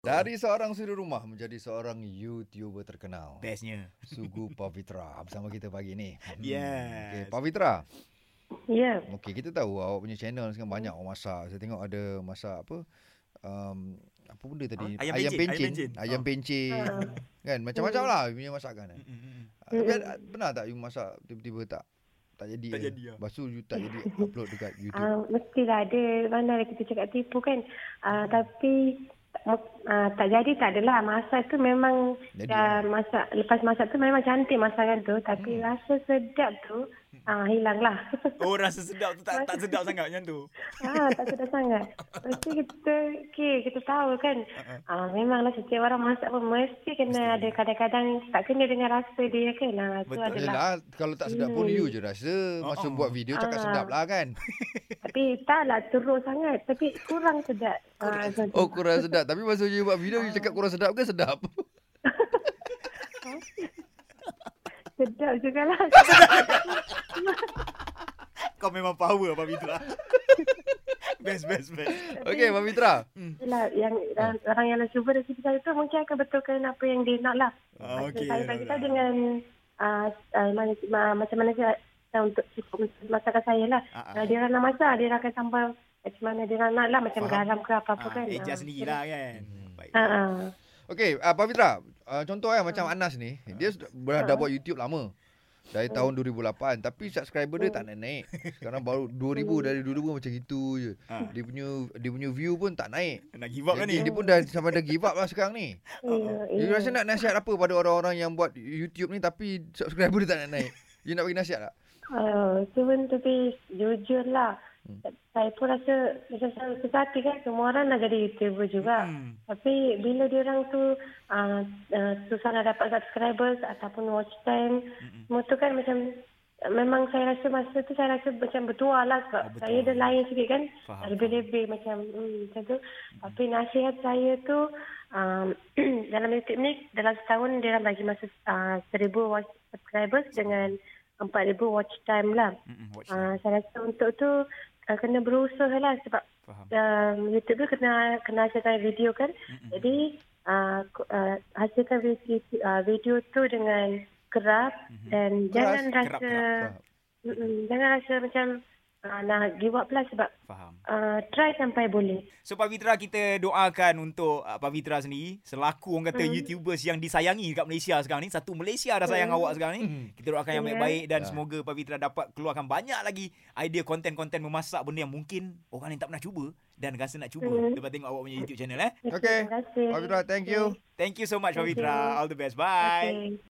Dari seorang suri rumah menjadi seorang YouTuber terkenal. Bestnya. Sugu Pavitra bersama kita pagi ni. Hmm. Okay, Yes. Pavitra. Ya, Okey, kita tahu awak punya channel sekarang banyak awak masak. Saya tengok ada masak apa? Um, apa benda tadi? Ah, ayam pencin, ayam pencin. Ayam Ah. pencin. Ah. Kan macam-macam lah you punya masakan. eh. Ah, Tapi Mm. ada- pernah tak you masak tiba-tiba tak tak jadi. Tak eh? jadi lah. Lepas tu you tak jadi upload dekat YouTube. uh, mestilah ada mana ada kita cakap tipu kan. Uh, tapi uh, tak jadi tak adalah. Masak tu memang Jadi. dah masak lepas masak tu memang cantik masakan tu tapi hmm. rasa sedap tu ah hilanglah. Oh rasa sedap tu tak tak sedap sangat macam tu. ah tak sedap sangat. Lepas tu kita okay, kita tahu kan ah memanglah setiap orang masak pun mesti kena ada kadang-kadang tak kena dengan rasa dia kan. Ah tu Betul. adalah Yelah, kalau tak sedap pun Hmm. you je rasa. Masa Ah. buat video cakap Ah. sedap lah kan. tapi taklah teruk sangat tapi kurang sedap. Ah macam tu. Oh kurang sedap Tapi masa you buat video You cakap kurang sedap ke sedap? sedap juga lah. Kau memang power Pak Fitra. lah. best best best. Okey Mami Mitra Yelah, yang ha. Ah. orang yang nak cuba resipi saya tu mungkin akan betulkan apa yang dia nak lah. Ah, Maksud okey, Saya bagi tahu Nora. dengan uh, uh, ma- ma- macam mana saya saya untuk cukup untuk masakan saya lah. Ah, ah. Uh, dia orang nak masak, dia orang akan sambal macam mana dia orang nak lah. Macam Faham. garam ke apa-apa Ah, kan. eja sendirilah kan. Baik. Ha, ha. Okey uh, Mami Mitra uh, Contoh kan Ah. macam Anas ni Dia sudah, dah, dah buat YouTube lama Dari tahun 2008 Tapi subscriber dia tak naik-naik Sekarang baru Oh. 2000 Dari 2000 macam gitu je Ah. Dia punya dia punya view pun tak naik Nak give up kan Jadi ni? dia pun dah Sampai dah give up lah sekarang ni Oh, Ya, You ya. rasa nak nasihat apa Pada orang-orang yang buat YouTube ni Tapi subscriber dia tak naik-naik You nak bagi nasihat tak? Oh, tu pun tapi jujur lah. Saya pun rasa macam saya susah hati kan. Semua orang nak jadi YouTuber juga. Hmm. Tapi bila dia orang tu uh, uh, susah nak dapat subscribers ataupun watch time, Mm-mm. semua tu kan macam memang saya rasa masa tu saya rasa macam bertuah lah sebab Oh, oh, bertuah. saya dah lain sikit kan. Faham, Lebih-lebih macam hmm, macam tu. Tapi nasihat saya tu um, dalam YouTube ni dalam setahun dia orang bagi masa uh, 1000 watch subscribers dengan 4000 watch time lah. Mm-mm, Watch. Uh, saya rasa untuk tu uh, kena berusaha lah sebab Faham. um, YouTube tu kena kena hasilkan video kan. Mm-mm. Jadi uh, ku- uh, hasilkan video, uh, video tu dengan kerap dan Keras, jangan kerap, rasa kerap, Mm-mm, jangan rasa macam uh, nak give up lah sebab Faham. uh, try sampai boleh. So Pak Fitra kita doakan untuk uh, Pak Fitra sendiri selaku orang Hmm. kata YouTubers yang disayangi dekat Malaysia sekarang ni. Satu Malaysia dah sayang awak sekarang ni. Hmm. Kita doakan yang Ya. baik-baik dan Ya. semoga Pak Fitra dapat keluarkan banyak lagi idea konten-konten memasak benda yang mungkin orang yang tak pernah cuba dan rasa nak cuba Hmm. lepas tengok awak punya YouTube channel eh. Okay Terima kasih. Mami Mitra thank you Thank you so much Pak Thank Fitra. you. All the best. Bye. Okay.